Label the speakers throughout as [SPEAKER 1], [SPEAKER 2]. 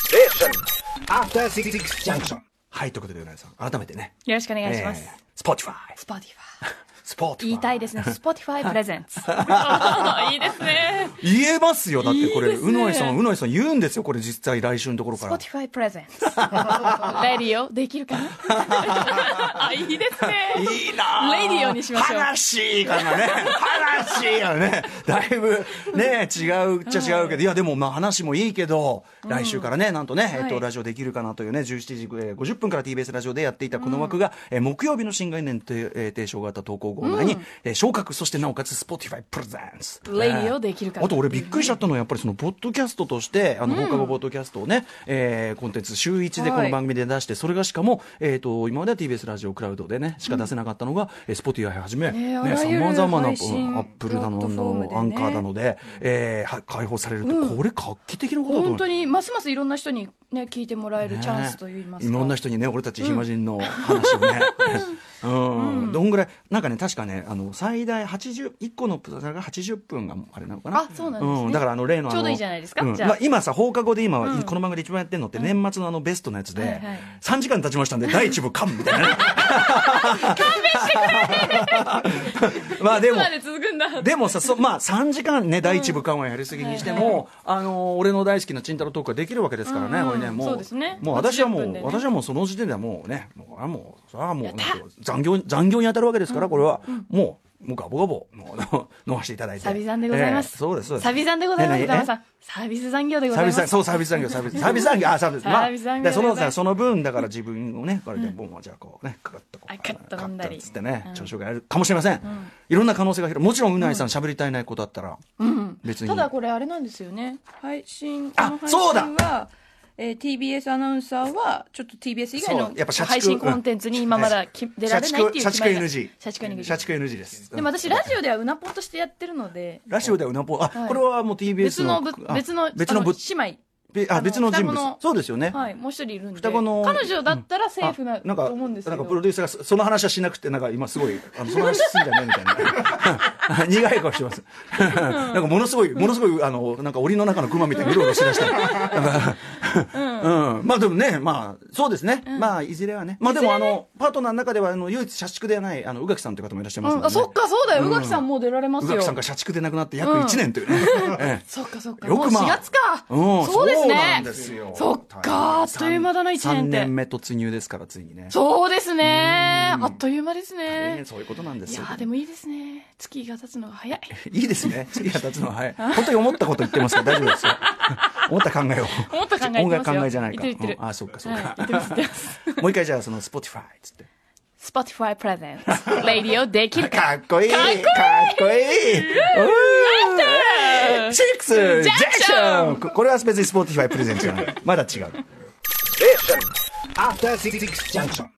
[SPEAKER 1] station.
[SPEAKER 2] After Six Junction。はい、ということで、うなぎさん、改めてね。
[SPEAKER 3] よろしくお願いします。
[SPEAKER 2] えー。Spotify。
[SPEAKER 3] Spotify。
[SPEAKER 2] Spotify。
[SPEAKER 3] 言いた いですね。Spotify Presents。いいですね。
[SPEAKER 2] 言えますよ。だってこ
[SPEAKER 3] いい
[SPEAKER 2] れ、
[SPEAKER 3] です
[SPEAKER 2] う
[SPEAKER 3] ね
[SPEAKER 2] のいさん、うのいさん言うんですよ。これ実際来週のところから。
[SPEAKER 3] Spotify Presents。レディオできるか なあ、いいです ね。
[SPEAKER 2] いいな
[SPEAKER 3] レディオにしましょう
[SPEAKER 2] 話からね。話やね。だいぶ、 ね、違うっちゃ違うけど、いや、でもまあ話もいいけど、来週からね、なんとね、えっ
[SPEAKER 3] は
[SPEAKER 2] と、
[SPEAKER 3] い
[SPEAKER 2] ラジオできるかなというね、17時えー50分から TBS ラジオでやっていたこの枠が、えー木曜日の新概念提えー提唱型投稿号内に、えー昇格、そしてなおかつ Spotify Presents。
[SPEAKER 3] レディオできるかな
[SPEAKER 2] あと俺びっくりしちゃったのはやっぱりそのポッドキャストとしてあの放課後ポッドキャストをね、えーコンテンツ週一でこの番組で出してそれがしかも、えー、と今までは TBS ラジオクラウドでねしか出せなかったのが、えー、Spotify はじめ
[SPEAKER 3] ねあら
[SPEAKER 2] さ
[SPEAKER 3] ゆる
[SPEAKER 2] まざまなア
[SPEAKER 3] 配信
[SPEAKER 2] ップルなの
[SPEAKER 3] プラットフォームでね
[SPEAKER 2] アンカーなので、えーは解放されるって、これ画期的なことだと思
[SPEAKER 3] 本
[SPEAKER 2] う
[SPEAKER 3] 当に、ますますいろんな人にね、聞いてもらえるチャンスといいます
[SPEAKER 2] ね
[SPEAKER 3] か。
[SPEAKER 2] いろんな人にね俺たち暇人の話をね、うんどんぐらいなんかね確かねあの最大81個のプラザが80分があれなのかな
[SPEAKER 3] あそうなんですね
[SPEAKER 2] だからあの例のあの
[SPEAKER 3] ちょうどいいじゃないですか
[SPEAKER 2] うん
[SPEAKER 3] じゃあ
[SPEAKER 2] まあ今さ放課後で今、この番組で一番やってるのって年末のあのベストのやつで、
[SPEAKER 3] はいはい
[SPEAKER 2] 3時間経ちましたん で第1部完みたいなね まあで
[SPEAKER 3] いつ
[SPEAKER 2] も
[SPEAKER 3] まで続くんだ。
[SPEAKER 2] でもさ、そまあ、3時間ね、第一部間はやりすぎにしても、あのー俺の大好きなチンタロトークができるわけですからね、
[SPEAKER 3] うん
[SPEAKER 2] これね、もう、
[SPEAKER 3] そうですね
[SPEAKER 2] もう私はも
[SPEAKER 3] 80
[SPEAKER 2] う、
[SPEAKER 3] 分でね
[SPEAKER 2] 私はもうその時点ではもうね、もう、あもう、それはもう
[SPEAKER 3] やった
[SPEAKER 2] なんか残業、残業に当たるわけですから、これは、もう、もうガボガボ、もうあ の、飲ませていただいて。
[SPEAKER 3] サビ残でございます。
[SPEAKER 2] ええそうです、そうです。
[SPEAKER 3] サビ残でございます、
[SPEAKER 2] ね
[SPEAKER 3] 歌丸さん。サービス残業でござ
[SPEAKER 2] サ
[SPEAKER 3] い
[SPEAKER 2] ービス
[SPEAKER 3] ます
[SPEAKER 2] 残。そうサービス残業サービ スサービス残業あサービスまあ
[SPEAKER 3] サービス残業
[SPEAKER 2] でその
[SPEAKER 3] でござい
[SPEAKER 2] さ
[SPEAKER 3] ます
[SPEAKER 2] その分だから自分をねこれでもうじゃあこうねカッとこう
[SPEAKER 3] あカッと飲んだり
[SPEAKER 2] カッつってね
[SPEAKER 3] うん
[SPEAKER 2] 調子があるかもしれませんいろんな可能性が広いもちろんうないさん喋りたいないことあったら別に
[SPEAKER 3] ただこれあれなんですよね。
[SPEAKER 4] 配信こ
[SPEAKER 2] あ
[SPEAKER 4] の配
[SPEAKER 2] そうだ
[SPEAKER 4] 信は、えー TBS アナウンサーはちょっと TBS 以外
[SPEAKER 2] そ
[SPEAKER 4] の
[SPEAKER 2] うやっぱ社畜
[SPEAKER 3] 配信コンテンツに今まだき出られないっていう
[SPEAKER 2] 社
[SPEAKER 3] 決
[SPEAKER 2] 畜
[SPEAKER 3] まりが
[SPEAKER 2] 社
[SPEAKER 3] 社
[SPEAKER 2] 畜
[SPEAKER 3] 畜
[SPEAKER 2] NG
[SPEAKER 3] NG
[SPEAKER 2] 社畜 NG です
[SPEAKER 3] でも私ラジオではうなぽんとしてやってるので
[SPEAKER 2] ラジオではうなぽんあ
[SPEAKER 3] い
[SPEAKER 2] これはもう TBS
[SPEAKER 3] 別の
[SPEAKER 2] の
[SPEAKER 3] ぶ
[SPEAKER 2] あ
[SPEAKER 3] 別の
[SPEAKER 2] 別の
[SPEAKER 3] あ
[SPEAKER 2] ぶ
[SPEAKER 3] 姉妹
[SPEAKER 2] べあ
[SPEAKER 3] あの
[SPEAKER 2] 別の人
[SPEAKER 3] 双子
[SPEAKER 2] 物
[SPEAKER 3] の
[SPEAKER 2] そうですよね
[SPEAKER 3] はいもう一人いるんで
[SPEAKER 2] 双子の
[SPEAKER 3] 彼女だったらセーフな
[SPEAKER 2] あなんか
[SPEAKER 3] と思うんですけ
[SPEAKER 2] な
[SPEAKER 3] ど
[SPEAKER 2] んかプロデューサーがそその話はしなくてなんか今すごいあのその話すんじゃねえみたいな 苦い顔してますなんかものすごいものすごいあのなんか檻の中の熊みたいにうろうろしだしたなんかうんまあでもねまあそうですねまあいずれはねまあでもあのパートナーの中ではあの唯一社畜ではないあの宇垣さんという方もいらっしゃいます
[SPEAKER 3] う
[SPEAKER 2] の
[SPEAKER 3] ん
[SPEAKER 2] で
[SPEAKER 3] あそっかそうだよ宇垣さんもう出られま
[SPEAKER 2] 宇
[SPEAKER 3] すよ
[SPEAKER 2] 垣さんが社畜で亡くなって約1年というねええ
[SPEAKER 3] そっかそっか
[SPEAKER 2] よ
[SPEAKER 3] もう
[SPEAKER 2] くまあ
[SPEAKER 3] 4月か
[SPEAKER 2] うん
[SPEAKER 3] そうです
[SPEAKER 2] そうなん
[SPEAKER 3] ね
[SPEAKER 2] ですよ
[SPEAKER 3] そっかあっという間だな1
[SPEAKER 2] 3
[SPEAKER 3] 年っ
[SPEAKER 2] 年
[SPEAKER 3] て
[SPEAKER 2] 目突入ですからついにね
[SPEAKER 3] そうですねあっという間です
[SPEAKER 2] ええ
[SPEAKER 3] ね
[SPEAKER 2] そういうことなんで
[SPEAKER 3] い
[SPEAKER 2] す
[SPEAKER 3] や
[SPEAKER 2] よ
[SPEAKER 3] ーでもいいですね月が経つのが早い
[SPEAKER 2] いいです ね。次は立つのは早い。本当に思ったこと言ってますから大丈夫ですよ。思った考えを。
[SPEAKER 3] 思った考え言ってますよ
[SPEAKER 2] 音楽考えじゃないか。
[SPEAKER 3] 言ってる言ってる
[SPEAKER 2] うんあ、そっかそっ
[SPEAKER 3] はい
[SPEAKER 2] か。
[SPEAKER 3] 言ってます言ってます
[SPEAKER 2] もう一回じゃあ、その、Spotify っつって。
[SPEAKER 3] Spotify Presents Radio できるか
[SPEAKER 2] かっこいいかっこいいシックスジャンク
[SPEAKER 3] ジャンク
[SPEAKER 2] シ
[SPEAKER 3] シ
[SPEAKER 2] ョ
[SPEAKER 3] ョ
[SPEAKER 2] ンこれは別に Spotify プレゼンツじゃない。まだ違う。
[SPEAKER 1] Station.
[SPEAKER 2] After Six Junction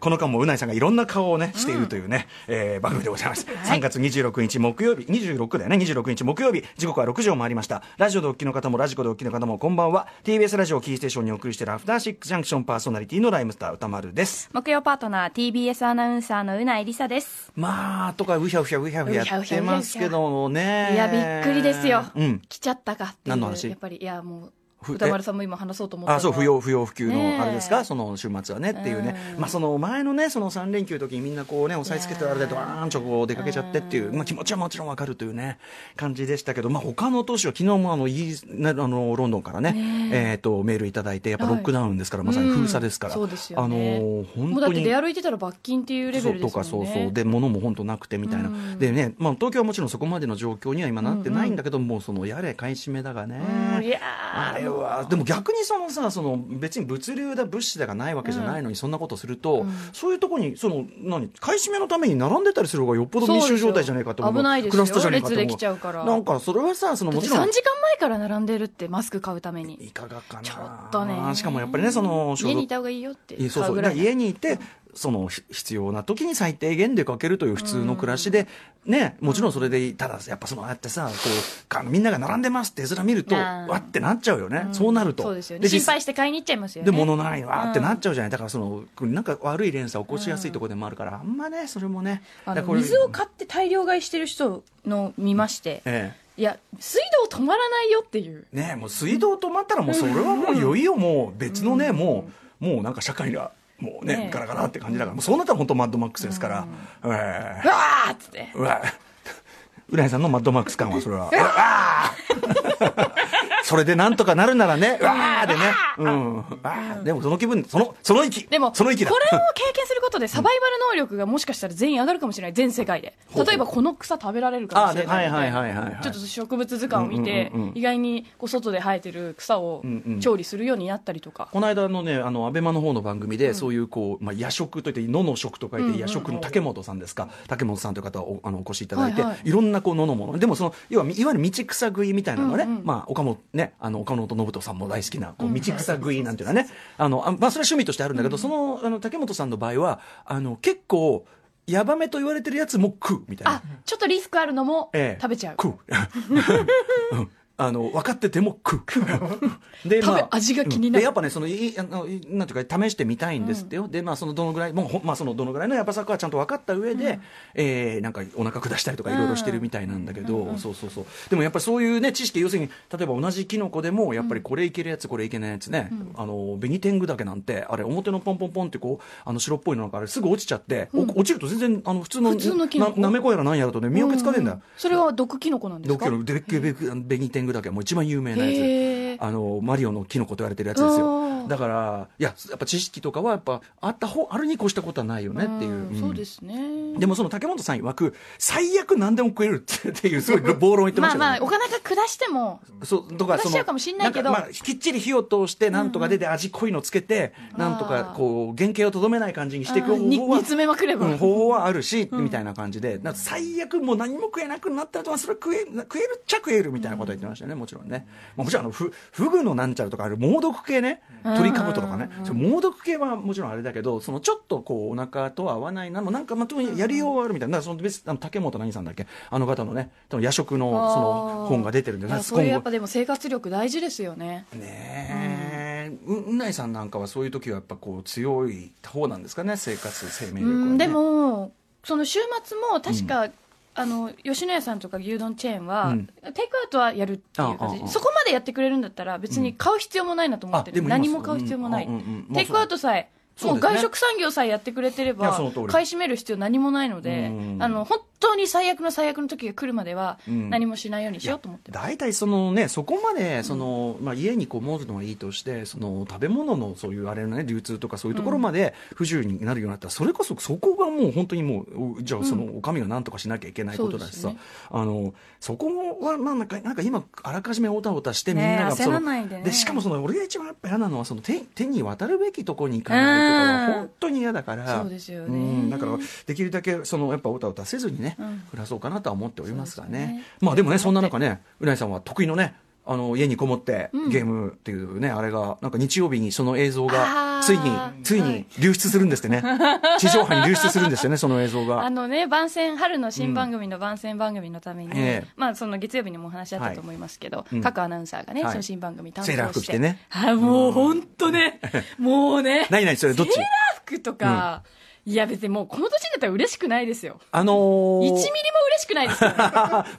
[SPEAKER 2] この間もうないさんがいろんな顔をねしているというね、えー番組でございます、3月26日木曜日26だよね26日木曜日時刻は6時を回りましたラジオでお聞きの方もラジコでお聞きの方もこんばんは TBS ラジオをキーステーションにお送りしているアフターシックスジャンクションパーソナリティのライムスター歌丸です
[SPEAKER 3] 木曜パートナー TBS アナウンサーのうないりさです
[SPEAKER 2] まあとかうひゃうひゃうひゃうひゃやってますけどね
[SPEAKER 3] いやびっくりですよ、
[SPEAKER 2] うん
[SPEAKER 3] 来ちゃったかっていう
[SPEAKER 2] 何の話
[SPEAKER 3] やっぱりいやも
[SPEAKER 2] ふ
[SPEAKER 3] う歌丸さんも今話そうと思った
[SPEAKER 2] あそう不要不要不急
[SPEAKER 3] ねえ
[SPEAKER 2] のあれですか、その週末はねっていうね、まあ、その前のねその3連休の時にみんなこうね押さえつけてあれでドワーンとこう出かけちゃってっていう、まあ、気持ちはもちろんわかるというね感じでしたけど、まあ、他の都市は昨日もあのイギリス、ね、あのロンドンからねえー、とメールいただいてやっぱロックダウンですから、まさに封鎖ですから、
[SPEAKER 3] そうですよ
[SPEAKER 2] あの
[SPEAKER 3] ね
[SPEAKER 2] ー本
[SPEAKER 3] もうだ
[SPEAKER 2] 当
[SPEAKER 3] っ
[SPEAKER 2] に
[SPEAKER 3] て出歩いてたら罰金っていうレベルですもんね
[SPEAKER 2] そうとかそうそうで物も本当なくてみたいな、でね、まあ、東京はもちろんそこまでの状況には今なってないんだけど、もうそのやれ買い占めだがね、
[SPEAKER 3] うんいやー
[SPEAKER 2] あれはでも逆にそのさその別に物流だ物資だがないわけじゃないのに、そんなことすると、そういうとこにその何買い占めのために並んでたりする方がよっぽど密集状態じゃないかと思う
[SPEAKER 3] そうですよ危ないですよ
[SPEAKER 2] クラスターじゃないかと思う
[SPEAKER 3] 列できちゃうから
[SPEAKER 2] なんかそれはさその
[SPEAKER 3] だ
[SPEAKER 2] も
[SPEAKER 3] って
[SPEAKER 2] ち
[SPEAKER 3] 3
[SPEAKER 2] ろん
[SPEAKER 3] 時間前から並んでるってマスク買うために
[SPEAKER 2] いかがかな
[SPEAKER 3] ちょっとね
[SPEAKER 2] しかもやっぱりねその
[SPEAKER 3] 家にいた方がいいよって
[SPEAKER 2] いやそう
[SPEAKER 3] 買
[SPEAKER 2] そうう
[SPEAKER 3] ぐ
[SPEAKER 2] だ
[SPEAKER 3] ら
[SPEAKER 2] か
[SPEAKER 3] い
[SPEAKER 2] ら家にいてそのひ必要な時に最低限出かけるという普通の暮らしで、ね、もちろんそれでいいただやっぱそのああやってさこうかみんなが並んでますって絵面見ると、
[SPEAKER 3] うん
[SPEAKER 2] わってなっちゃうよね、そうなると
[SPEAKER 3] そうですよね心
[SPEAKER 2] 実際
[SPEAKER 3] 配して買いに行っちゃいますよ
[SPEAKER 2] で
[SPEAKER 3] ね
[SPEAKER 2] 物ないわーってなっちゃうじゃない、だからそのなんか悪い連鎖を起こしやすいところでもあるから、あんまねそれもね
[SPEAKER 3] あ
[SPEAKER 2] だ
[SPEAKER 3] の
[SPEAKER 2] からこれ
[SPEAKER 3] 水を買って大量買いしてる人の見まして、
[SPEAKER 2] ええ
[SPEAKER 3] いや、水道止まらないよっていう。
[SPEAKER 2] ねもう水道止まったらもうそれはもういよいよもう別のね、もうもうなんか社会がもうね
[SPEAKER 3] ねえ
[SPEAKER 2] ガラガラって感じだからもうそうなったら本当マッドマックスですから、え
[SPEAKER 3] うわーっつって
[SPEAKER 2] え。うわ浦井さんのマッドマックス感はそれはうわあ それでなんとかなるならねうわーでねうんあーでもその気分そのその息
[SPEAKER 3] でも、
[SPEAKER 2] その息だ
[SPEAKER 3] これを経験することで、サバイバル能力がもしかしたら全員上がるかもしれない、全世界で。
[SPEAKER 2] ほう
[SPEAKER 3] 例えば、この草食べられるか
[SPEAKER 2] あ
[SPEAKER 3] も
[SPEAKER 2] あ
[SPEAKER 3] し
[SPEAKER 2] で
[SPEAKER 3] れ
[SPEAKER 2] は
[SPEAKER 3] ない
[SPEAKER 2] い
[SPEAKER 3] みた
[SPEAKER 2] はい
[SPEAKER 3] いな。
[SPEAKER 2] はいはいはい
[SPEAKER 3] ちょっと植物図鑑を見て、
[SPEAKER 2] うんうんうんうん
[SPEAKER 3] 意外にこう外で生えてる草を
[SPEAKER 2] んうん
[SPEAKER 3] 調理するようになったりとか、
[SPEAKER 2] この間のね、あの、アベマの方の番組で、そういう、こう、まあ、夜食といって、野の食と書いて、夜食の竹本さんですか、竹本さんという方をおあのお越しいただいて、
[SPEAKER 3] はいいはい
[SPEAKER 2] ろんな、こう、野のもの。でも、その、要は、いわゆる道草食いみたいなのはね、
[SPEAKER 3] うんうん
[SPEAKER 2] まあ、岡本、ね、あの、岡本信人さんも大好きな、こう、道草食いなんていうのはね、あの、あまあ、それは趣味としてあるんだけど、その、あの、竹本さんの場合は、あの、結構、ヤバめと言われてるやつも食う、みたいな
[SPEAKER 3] あ。ちょっとリスクあるのも
[SPEAKER 2] ええ
[SPEAKER 3] 食べちゃう、
[SPEAKER 2] 食う。うんあの分かってても食うで
[SPEAKER 3] 食べ味が気に
[SPEAKER 2] うん
[SPEAKER 3] なる
[SPEAKER 2] でやっぱねそのいいあのいなんていうか試してみたいんですってよ、でまあそのどのぐらいもうほんまあそのどのぐらいのやっぱサッカーはちゃんと分かった上で、えーなんかお腹下したりとかいろいろしてるみたいなんだけど、そうそうそうでもやっぱりそういうね知識要するに例えば同じキノコでもやっぱりこれいけるやつこれいけないやつね、あのベニテングダケなんてあれ表のポンポンポンってこうあの白っぽいのなんかあれすぐ落ちちゃって、お落ちると全然あの普通の
[SPEAKER 3] 普通のキノコ
[SPEAKER 2] ななめこやらなんやらとね見分けつかねえんだよ、
[SPEAKER 3] それは毒キノコなんです
[SPEAKER 2] ド
[SPEAKER 3] か
[SPEAKER 2] キのデベベベニテングだけはもう一番有名な
[SPEAKER 3] へ
[SPEAKER 2] や
[SPEAKER 3] ー
[SPEAKER 2] つあのマリオのキノコと言われてるやつです
[SPEAKER 3] あ
[SPEAKER 2] よ
[SPEAKER 3] ー
[SPEAKER 2] だからいややっぱ知識とかはやっぱあった方あるに越したことはないよねっていう、
[SPEAKER 3] ん
[SPEAKER 2] うん
[SPEAKER 3] そうですね
[SPEAKER 2] でもその竹本さん曰く最悪何でも食えるってっていうすごい暴論言ってまし
[SPEAKER 3] ま
[SPEAKER 2] た
[SPEAKER 3] あ
[SPEAKER 2] よね
[SPEAKER 3] まあお金が下しても
[SPEAKER 2] そうとか
[SPEAKER 3] 話しちゃうかもしんないけど
[SPEAKER 2] んかまあ、きっちり火を通してなんとか出て味濃いのつけて、なんとかこう原型をとどめない感じにしていく方
[SPEAKER 3] に
[SPEAKER 2] 法
[SPEAKER 3] 煮
[SPEAKER 2] は
[SPEAKER 3] 詰めまくれば、
[SPEAKER 2] うん、方法はあるし、みたいな感じで、なんか最悪もう何も食えなくなったら、まあそれは食え食えるっちゃ食えるみたいなこと言ってましたよね、もちろんね。まあ、もちろんあのフ、フグのなんちゃらとか、あれ、猛毒系ね、鳥かぶととかね、そう猛毒系はもちろんあれだけど、そのちょっとこう、お腹とは合わないな、もうなんか、まあ、特にやりようはあるみたいな、だからその別あの竹本何さんだっけ、あの方のね、多分夜食のその本が出てるんで、
[SPEAKER 3] い
[SPEAKER 2] なん
[SPEAKER 3] や
[SPEAKER 2] か
[SPEAKER 3] そういうや
[SPEAKER 2] 今
[SPEAKER 3] っ
[SPEAKER 2] 後
[SPEAKER 3] ぱでも生活力大事ですよね
[SPEAKER 2] ねえ、ううないさんなんかはそういう時はやっぱこう、強い方なんですかね、生活、生命
[SPEAKER 3] う
[SPEAKER 2] 力は、ね。
[SPEAKER 3] んでもその週末も確か、あの吉野家さんとか牛丼チェーンは、
[SPEAKER 2] うん
[SPEAKER 3] テイクアウトはやるっていう感
[SPEAKER 2] あああ
[SPEAKER 3] じそこまでやってくれるんだったら別に買う必要もないなと思って
[SPEAKER 2] あで
[SPEAKER 3] る、
[SPEAKER 2] も今
[SPEAKER 3] 何
[SPEAKER 2] そう
[SPEAKER 3] も買う必要もない、
[SPEAKER 2] うんうんうんまあ
[SPEAKER 3] テイクアウトさえ
[SPEAKER 2] そう
[SPEAKER 3] も
[SPEAKER 2] そう
[SPEAKER 3] う
[SPEAKER 2] ですね
[SPEAKER 3] 外食産業さえやってくれてれ
[SPEAKER 2] いや
[SPEAKER 3] ば
[SPEAKER 2] その通り
[SPEAKER 3] 買い占める必要何もないので、
[SPEAKER 2] うん
[SPEAKER 3] あの本当に最悪の最悪の時が来るまでは
[SPEAKER 2] うん
[SPEAKER 3] 何もしないようにしようと思ってます、
[SPEAKER 2] 大体そのねそこまでその、まあ、家にこもるのはいいとしてその食べ物のそういうあれのね流通とかそういうところまで不自由になるようになったら、それこそそこがもう本当にもううじゃあそのお上が何とかしなきゃいけないことだしさ、
[SPEAKER 3] そうで
[SPEAKER 2] あのそこはまあなんかなんか今あらかじめおたおたしてみん
[SPEAKER 3] ねえ
[SPEAKER 2] ながその、
[SPEAKER 3] 焦らないでね
[SPEAKER 2] しかもその俺が一番やっぱ嫌なのはその手手に渡るべきとこに行かないとかは
[SPEAKER 3] うん
[SPEAKER 2] 本当に嫌だから
[SPEAKER 3] そうですよね
[SPEAKER 2] んだからできるだけそのやっぱおたおたせずにね、
[SPEAKER 3] うん
[SPEAKER 2] 暮らそうかなとは思っておりますが
[SPEAKER 3] そうです
[SPEAKER 2] ね
[SPEAKER 3] ね。
[SPEAKER 2] まあでもね、そんな中ね、うなぎさんは得意のね、あの家にこもってゲームっていうね、あれが、なんか日曜日にその映像が
[SPEAKER 3] あ、ー
[SPEAKER 2] ついに
[SPEAKER 3] は、い
[SPEAKER 2] ついに流出するんですって ね、地上波に流出するんですよね、その映像
[SPEAKER 3] あ
[SPEAKER 2] が。
[SPEAKER 3] のね、番宣、春の新番組の番宣番組のために、
[SPEAKER 2] ええ
[SPEAKER 3] まあ、その月曜日にもお話あったと思いますけど、
[SPEAKER 2] いうん
[SPEAKER 3] 各アナウンサーがね、
[SPEAKER 2] はい
[SPEAKER 3] その新番組担当して。
[SPEAKER 2] セーラー服着てね
[SPEAKER 3] はい、もう本当 ね、もうね。
[SPEAKER 2] 何々それどっち
[SPEAKER 3] セーラー服とか、いや別にもうこの年になったら嬉しくないですよ。
[SPEAKER 2] あの
[SPEAKER 3] 1ミ
[SPEAKER 2] ー
[SPEAKER 3] リも嬉しくないですよ。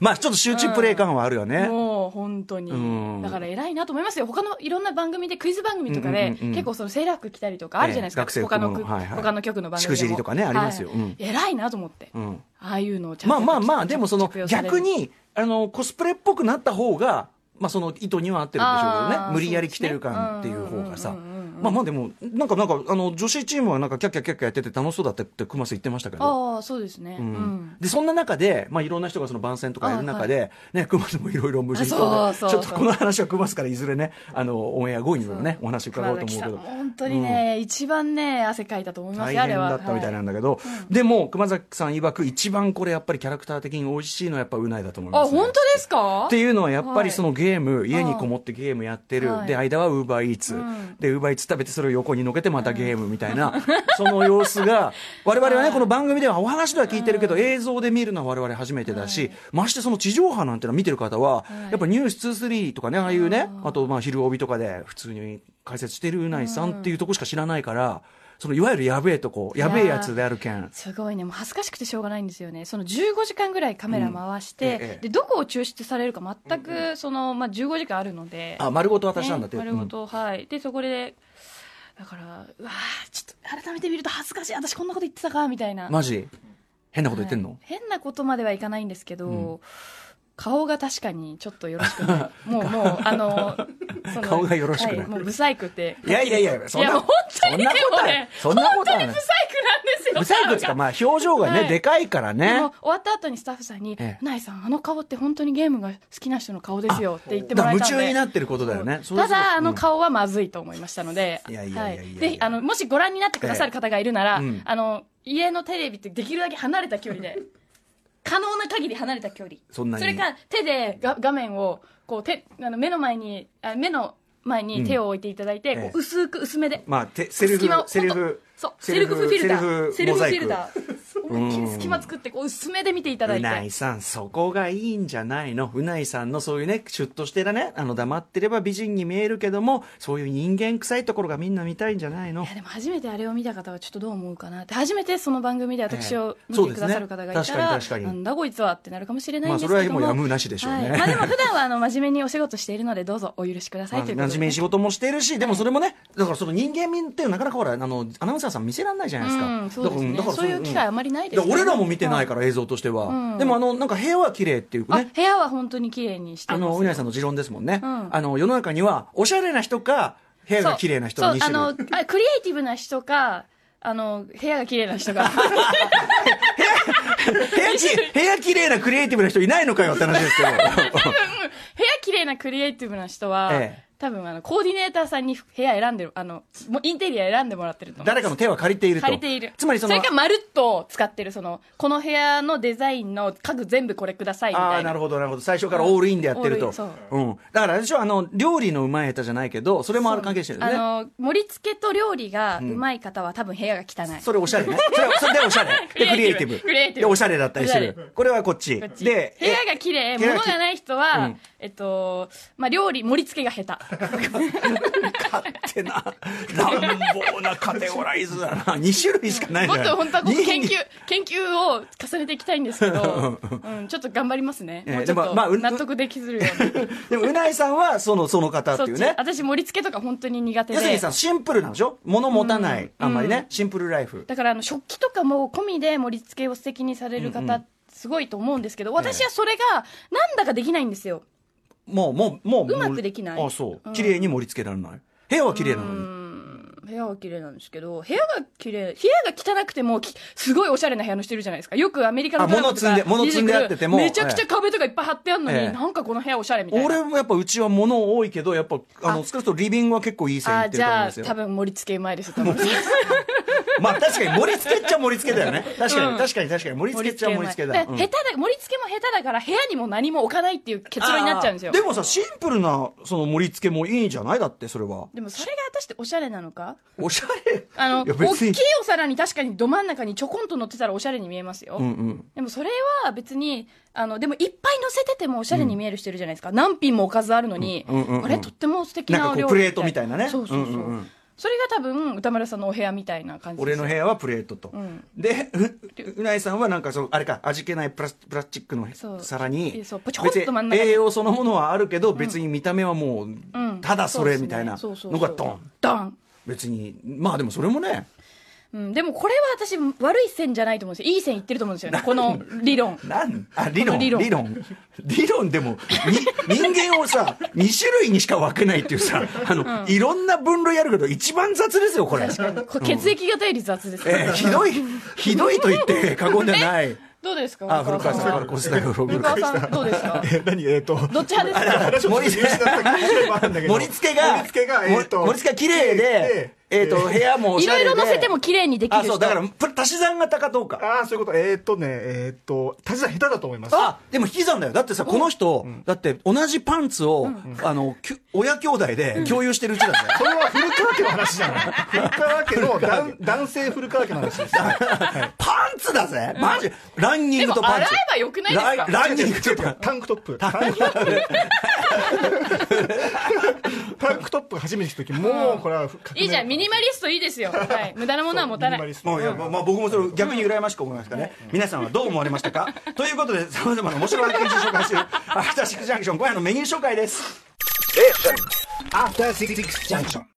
[SPEAKER 2] まあちょっと集中プレイ感はあるよね。
[SPEAKER 3] もう本当に
[SPEAKER 2] うん、
[SPEAKER 3] だから偉いなと思いますよ、他のいろんな番組で、クイズ番組とかで、
[SPEAKER 2] うんうんうんうん
[SPEAKER 3] 結構、そのセーラー服着たりとかあるじゃないです
[SPEAKER 2] え
[SPEAKER 3] か、
[SPEAKER 2] え学生服
[SPEAKER 3] 他の
[SPEAKER 2] もはいはい
[SPEAKER 3] 他の局の番組でも
[SPEAKER 2] しくじりとかねありますよ
[SPEAKER 3] はい
[SPEAKER 2] うん
[SPEAKER 3] 偉いなと思って、
[SPEAKER 2] うん
[SPEAKER 3] ああいうのをちゃんと
[SPEAKER 2] まあまあまあ、でもその
[SPEAKER 3] 着用される
[SPEAKER 2] 逆に、あの、コスプレっぽくなった方が、まあその意図には合ってるんでしょうけど
[SPEAKER 3] あ
[SPEAKER 2] ね。
[SPEAKER 3] ー
[SPEAKER 2] 無理やり着てる感っていう
[SPEAKER 3] そうですね
[SPEAKER 2] 方がさ
[SPEAKER 3] うんうんうんうん。うん
[SPEAKER 2] まあまあでも、なんかなんか、あの、女子チームはなんかキャッキャッキャッキャやってて楽しそうだったって熊瀬言ってましたけど。
[SPEAKER 3] ああそうですね、う
[SPEAKER 2] うんんでそんな中で、まあ、いろんな人がその番宣とかやる中で、ね、熊瀬もいろいろ無人島
[SPEAKER 3] あ
[SPEAKER 2] で
[SPEAKER 3] そうそうそう
[SPEAKER 2] ちょっとこの話は熊瀬からいずれねあのオンエア後にもねお話伺おうと思うけ
[SPEAKER 3] 熊
[SPEAKER 2] ど
[SPEAKER 3] 崎さんも本当にね、一番ね汗かいたと思いま
[SPEAKER 2] 大
[SPEAKER 3] すよあ
[SPEAKER 2] 変
[SPEAKER 3] れは
[SPEAKER 2] だったみたいな
[SPEAKER 3] は
[SPEAKER 2] んだけど、でも熊崎さん曰く一番これやっぱりキャラクター的に美味しいのはやっぱうないだと思い
[SPEAKER 3] あ
[SPEAKER 2] ます、ね、
[SPEAKER 3] 本当ですか
[SPEAKER 2] っていうのはやっぱ
[SPEAKER 3] は
[SPEAKER 2] り
[SPEAKER 3] い
[SPEAKER 2] そのゲーム、家にこもってゲームやってる、
[SPEAKER 3] はい
[SPEAKER 2] で間はウーバーイーツ
[SPEAKER 3] うん
[SPEAKER 2] でウーバーイーツ食べてそれを横にのけてまたゲームみたいな、その様子 が我々はねこの番組ではお話では聞いてるけど、映像で見るのは我々初めてだし、ましてその地上波なんての見てる方は、
[SPEAKER 3] い
[SPEAKER 2] やっぱ「ニュース2 3とかねああいうねあとまあ「昼帯」とかで普通に。解説してるうないさんっていうとこしか知らないから、そのいわゆるやべえとこ、やべえやつであるけん。
[SPEAKER 3] すごいね、もう恥ずかしくてしょうがないんですよね、その15時間ぐらいカメラ回して、
[SPEAKER 2] うんええ
[SPEAKER 3] でどこを抽出されるか、全くその、まあ、15時間あるので、
[SPEAKER 2] あ、丸ごと渡したんだって。
[SPEAKER 3] ね丸ごと、はい、でそこで、だから、うわーちょっと改めて見ると恥ずかしい、私、こんなこと言ってたかみたいな、
[SPEAKER 2] うんマジ変なこと言ってんの、
[SPEAKER 3] はい変なことまではいかないんですけど、
[SPEAKER 2] う
[SPEAKER 3] 顔が確かにちょっとよろしくない もうもうあのその
[SPEAKER 2] 顔がよろしくない
[SPEAKER 3] はいもうブサイクって
[SPEAKER 2] いやいやいや、そん
[SPEAKER 3] い
[SPEAKER 2] な、
[SPEAKER 3] や本 当
[SPEAKER 2] そん
[SPEAKER 3] に
[SPEAKER 2] なことはない。そんなことはない
[SPEAKER 3] ブ。サイクなんですよ
[SPEAKER 2] ブサイクっていうか、まあ、表情がね、
[SPEAKER 3] はい
[SPEAKER 2] でかいから
[SPEAKER 3] で
[SPEAKER 2] ね
[SPEAKER 3] も。終わった後にスタッフさんに
[SPEAKER 2] ええ
[SPEAKER 3] 「ナイさんあの顔って本当にゲームが好きな人の顔ですよ」って言って
[SPEAKER 2] だから
[SPEAKER 3] もら
[SPEAKER 2] 夢
[SPEAKER 3] えたの
[SPEAKER 2] 中に
[SPEAKER 3] で
[SPEAKER 2] なってることだよね。それはそ
[SPEAKER 3] た
[SPEAKER 2] う
[SPEAKER 3] だあの
[SPEAKER 2] うん
[SPEAKER 3] 顔はまずいと思いましたので
[SPEAKER 2] いやいやいやいやいや
[SPEAKER 3] はいぜひあのもしご覧になってくださる方がいるなら
[SPEAKER 2] ええうん
[SPEAKER 3] あの家のテレビってできるだけ離れた距離で 可能な限り離れた距離
[SPEAKER 2] そんなに
[SPEAKER 3] それか手でが画面をこう手あの目の前にあ目の前に手を置いていただいて
[SPEAKER 2] うん
[SPEAKER 3] こ
[SPEAKER 2] ええ
[SPEAKER 3] う薄く薄めで
[SPEAKER 2] まあ、てセル
[SPEAKER 3] 隙間
[SPEAKER 2] フ
[SPEAKER 3] を、
[SPEAKER 2] セル
[SPEAKER 3] ほん
[SPEAKER 2] フ。
[SPEAKER 3] そうセルフフィルターセ
[SPEAKER 2] セルフ
[SPEAKER 3] ルフフ
[SPEAKER 2] モザ
[SPEAKER 3] ィ
[SPEAKER 2] イ
[SPEAKER 3] ル
[SPEAKER 2] ク。
[SPEAKER 3] ター思いっきり隙間作ってこう薄めで見ていただいう
[SPEAKER 2] ない
[SPEAKER 3] て
[SPEAKER 2] さん、そこがいいんじゃないの。うないさんのそういうね、シュッとしてたね、あの、黙ってれば美人に見えるけども、そういう人間臭いところがみんな見たいんじゃないの
[SPEAKER 3] いや。でも初めてあれを見た方はちょっとどう思うかなって初めてその番組で私を
[SPEAKER 2] ええ
[SPEAKER 3] 見
[SPEAKER 2] そう
[SPEAKER 3] て
[SPEAKER 2] です
[SPEAKER 3] く
[SPEAKER 2] ね
[SPEAKER 3] ださる方がいたら、
[SPEAKER 2] 確かに確かに
[SPEAKER 3] なんだこいつはってなるかもしれないん
[SPEAKER 2] まあ、
[SPEAKER 3] です
[SPEAKER 2] それ
[SPEAKER 3] けども、
[SPEAKER 2] はもうやむなしでしょう
[SPEAKER 3] はい
[SPEAKER 2] ね
[SPEAKER 3] まあ。でも普段はあの真面目にお仕事しているのでどうぞお許しくださいということ
[SPEAKER 2] 真
[SPEAKER 3] で、
[SPEAKER 2] 面目に仕事もしてるし、でもそれもね、だからその人間味っていうのはなかなかほら、あの、アナウンサーさん見せられないじゃないですか。
[SPEAKER 3] うんそうですね
[SPEAKER 2] だからだから
[SPEAKER 3] そういう機会あまりないですよ
[SPEAKER 2] だ
[SPEAKER 3] ね
[SPEAKER 2] から俺らも見てないから、映像としては。
[SPEAKER 3] うん
[SPEAKER 2] でもあの、なんか部屋は綺麗っていう
[SPEAKER 3] あ
[SPEAKER 2] ね。
[SPEAKER 3] 部屋は本当に綺麗にして
[SPEAKER 2] あ
[SPEAKER 3] ます
[SPEAKER 2] の、うなぎさんの持論ですもんね。
[SPEAKER 3] うん
[SPEAKER 2] あの、世の中には、おしゃれな人か、部屋
[SPEAKER 3] そう
[SPEAKER 2] が綺麗な人
[SPEAKER 3] そ
[SPEAKER 2] の2
[SPEAKER 3] うあ
[SPEAKER 2] 種
[SPEAKER 3] の
[SPEAKER 2] 類。
[SPEAKER 3] あクリエイティブな人かあの部屋が綺麗 な人が
[SPEAKER 2] 部屋き、 部屋綺麗なクリエイティブな人いないのかよって話ですけど。
[SPEAKER 3] 部屋綺麗なクリエイティブな人は、
[SPEAKER 2] ええ
[SPEAKER 3] 多分あのコーディネーターさんに部屋選んでるあのもうインテリア選んでもらってると思う
[SPEAKER 2] 誰かの手は借りていると。
[SPEAKER 3] 借りている
[SPEAKER 2] つまりその、
[SPEAKER 3] れかまるっと使ってるそのこの部屋のデザインの家具全部これくださいみ
[SPEAKER 2] あ
[SPEAKER 3] た
[SPEAKER 2] あ
[SPEAKER 3] い
[SPEAKER 2] な
[SPEAKER 3] な
[SPEAKER 2] るほどなるほど最初からオールインでやってる
[SPEAKER 3] オールイ
[SPEAKER 2] と
[SPEAKER 3] ンそう、
[SPEAKER 2] うん、だからあれでしょあの料理のうまい下手じゃないけどそれもある関係してるよね
[SPEAKER 3] あの盛り付けと料理がうまい方は多分部屋が汚い、
[SPEAKER 2] それおしゃれね。それそれでおしゃれ。で、ク
[SPEAKER 3] ク
[SPEAKER 2] リ
[SPEAKER 3] リ
[SPEAKER 2] エ
[SPEAKER 3] エ
[SPEAKER 2] イ
[SPEAKER 3] イ
[SPEAKER 2] テ
[SPEAKER 3] テ
[SPEAKER 2] ィ
[SPEAKER 3] ィ
[SPEAKER 2] ブ
[SPEAKER 3] ブ。クリエイティブ
[SPEAKER 2] で、おしゃれだったりする。これはこっち
[SPEAKER 3] こっ。ち
[SPEAKER 2] で、
[SPEAKER 3] 部屋が綺麗
[SPEAKER 2] 部屋
[SPEAKER 3] 物
[SPEAKER 2] がき
[SPEAKER 3] がない人は、
[SPEAKER 2] うん
[SPEAKER 3] えっと、まあ、料理盛り付けが下手
[SPEAKER 2] ってな、乱暴なカテゴライズだな。2種類しかないじ
[SPEAKER 3] も
[SPEAKER 2] ゃな
[SPEAKER 3] っ
[SPEAKER 2] い
[SPEAKER 3] と本当はここ研究
[SPEAKER 2] に
[SPEAKER 3] 研究を重ねていきたいんです けど、うん、ちょっと頑張りますね、
[SPEAKER 2] ええ
[SPEAKER 3] もうちょっ
[SPEAKER 2] でも
[SPEAKER 3] と
[SPEAKER 2] まあうん
[SPEAKER 3] 納得できずるよ うに、
[SPEAKER 2] でも、うないさんは、その、その方って
[SPEAKER 3] そっ
[SPEAKER 2] いう
[SPEAKER 3] ち
[SPEAKER 2] ね。
[SPEAKER 3] 私盛り付けとか本当に苦手
[SPEAKER 2] 要する
[SPEAKER 3] で
[SPEAKER 2] にさ、シンプルなんでしょ物持たない。あんまりね。シンプルライフ。
[SPEAKER 3] だからあの食器とかも込みで盛り付けを素敵にされる方、
[SPEAKER 2] うんうん
[SPEAKER 3] すごいと思うんですけど私はそれがなんだかできないんですよ、
[SPEAKER 2] もう、もう、もう。
[SPEAKER 3] うまくできない
[SPEAKER 2] あ、そうう。
[SPEAKER 3] ん
[SPEAKER 2] 綺麗に盛り付けられない。部屋は綺麗な
[SPEAKER 3] う
[SPEAKER 2] のに。
[SPEAKER 3] ん部屋は綺麗なんですけど部屋が綺麗部屋が汚くてもきすごいおしゃれな部屋の人いるじゃないですかよくアメリカの
[SPEAKER 2] あ
[SPEAKER 3] ドラマと
[SPEAKER 2] 物
[SPEAKER 3] か
[SPEAKER 2] 積んで物積んであってても
[SPEAKER 3] めちゃくちゃ壁とかいっぱい貼ってあるのに、
[SPEAKER 2] ええ
[SPEAKER 3] なんかこの部屋おしゃれみたいな
[SPEAKER 2] 俺もやっぱうちは物多いけど、やっぱ、あの、
[SPEAKER 3] あ
[SPEAKER 2] 少なくともリビングは結構いい線い
[SPEAKER 3] あ
[SPEAKER 2] って
[SPEAKER 3] じ
[SPEAKER 2] ると思うん
[SPEAKER 3] ゃ
[SPEAKER 2] で
[SPEAKER 3] あ
[SPEAKER 2] すよ。
[SPEAKER 3] 多分盛り付けうまいです多 分
[SPEAKER 2] まあ確かに盛り付けっちゃ盛り付けだよね。確か
[SPEAKER 3] う
[SPEAKER 2] に
[SPEAKER 3] ん
[SPEAKER 2] 確かに確かに盛り付けっちゃ盛り付けだ。
[SPEAKER 3] 盛り付けうまいから下手だ盛り付けも下手だから部屋にも何も置かないっていう結論になっちゃうんですよ
[SPEAKER 2] あーでもさ、シンプルなその盛り付けもいいんじゃないだってそれは。
[SPEAKER 3] でもそれが果たしておしゃれなのか
[SPEAKER 2] おしゃれ。
[SPEAKER 3] あの、
[SPEAKER 2] いや別
[SPEAKER 3] 大き
[SPEAKER 2] に
[SPEAKER 3] いお皿に確かにど真ん中にちょこんと乗ってたらおしゃれに見えますよ。
[SPEAKER 2] うんうん。
[SPEAKER 3] でもそれは別に、あの、でもいっぱい乗せててもおしゃれに見える人いるじゃないですか。何品もおかずあるのに、
[SPEAKER 2] うんうんうんうん
[SPEAKER 3] あれとっても素敵
[SPEAKER 2] なんか
[SPEAKER 3] なお
[SPEAKER 2] こ
[SPEAKER 3] 料
[SPEAKER 2] う
[SPEAKER 3] 理
[SPEAKER 2] プレートみたいなね。
[SPEAKER 3] そうそうそ
[SPEAKER 2] ん
[SPEAKER 3] う。
[SPEAKER 2] んうん
[SPEAKER 3] それが多分、歌丸さんのお部屋みたいな感じ
[SPEAKER 2] 俺の部
[SPEAKER 3] 屋。
[SPEAKER 2] 屋はプレートと。
[SPEAKER 3] うん
[SPEAKER 2] で、うううなえさんはなんかその、あれか、味気ないプラスプラスチックの
[SPEAKER 3] そう
[SPEAKER 2] 皿に、
[SPEAKER 3] そうポチコッと真ん中に
[SPEAKER 2] 別に栄養そのものはあるけど、別に見た目はもう、
[SPEAKER 3] うん
[SPEAKER 2] ただそれみたいな
[SPEAKER 3] そうですね
[SPEAKER 2] のがドン。。
[SPEAKER 3] ドン。
[SPEAKER 2] 別に、まあでもそれもね、
[SPEAKER 3] うん、でもこれは私、悪い線じゃないと思うんですよ。いい線いってると思うんですよね。この理論。
[SPEAKER 2] なんあ理論
[SPEAKER 3] この
[SPEAKER 2] 理
[SPEAKER 3] 理
[SPEAKER 2] 論
[SPEAKER 3] 論
[SPEAKER 2] 理論でもに人間をさ2種類にしか分けないっていうさあの、いろんな分類あるけど一番雑ですよこれ、
[SPEAKER 3] 確かに。これ血液型より雑です、
[SPEAKER 2] えーひどいひどいと言って過言ではない
[SPEAKER 3] どうですか
[SPEAKER 2] あ古川さん
[SPEAKER 3] は
[SPEAKER 2] からこうしたよ古
[SPEAKER 3] 古
[SPEAKER 2] 川
[SPEAKER 3] 川さん、どうですか
[SPEAKER 1] え 何えっ、と
[SPEAKER 3] どっち派ですか
[SPEAKER 1] 盛り付けが
[SPEAKER 2] 盛り付けが
[SPEAKER 1] 盛り付けが、
[SPEAKER 2] も
[SPEAKER 1] えっと
[SPEAKER 2] 盛り付けが綺麗でえっ、と、部屋もお
[SPEAKER 3] い
[SPEAKER 2] しゃ
[SPEAKER 3] ろ
[SPEAKER 2] れ
[SPEAKER 3] い
[SPEAKER 2] で。
[SPEAKER 3] ろ載せても綺麗にできる
[SPEAKER 2] あ、
[SPEAKER 3] 人
[SPEAKER 2] そう、だから、プラ足し算型かどうか。
[SPEAKER 1] ああ、そういうこと。えーっとね、えーっと、足し算下手だと思います。
[SPEAKER 2] あでも引き算だよ、だってさ、この人、だって同じパンツを、あのきゅ親兄弟で共有してるうちなんだよ、
[SPEAKER 1] それは古川家の話じ ゃない。古川家の男男性古川家の話です。
[SPEAKER 2] パンツだぜ、マジ、ランニングとパン
[SPEAKER 3] でも
[SPEAKER 2] ツ
[SPEAKER 3] 洗えばよくないですか
[SPEAKER 2] ランランニング
[SPEAKER 1] ちょ
[SPEAKER 2] と
[SPEAKER 1] っと
[SPEAKER 2] パンツ
[SPEAKER 1] タンクトップ。タンクトップ。タンクトップ初めて着た時、もうこれは革命
[SPEAKER 3] いいじゃんミニマリストいいですよ、はい、無駄なものは持たな
[SPEAKER 1] ミニマ
[SPEAKER 3] い
[SPEAKER 1] リスト
[SPEAKER 2] もういや、まあ、僕もそれ逆に羨ましく思いますからね、皆さんはどう思われましたかということで、さまざまな面白い研究紹介している、アフターシックスジャンクション、今夜のメニュー紹介です。
[SPEAKER 1] After Six Junction.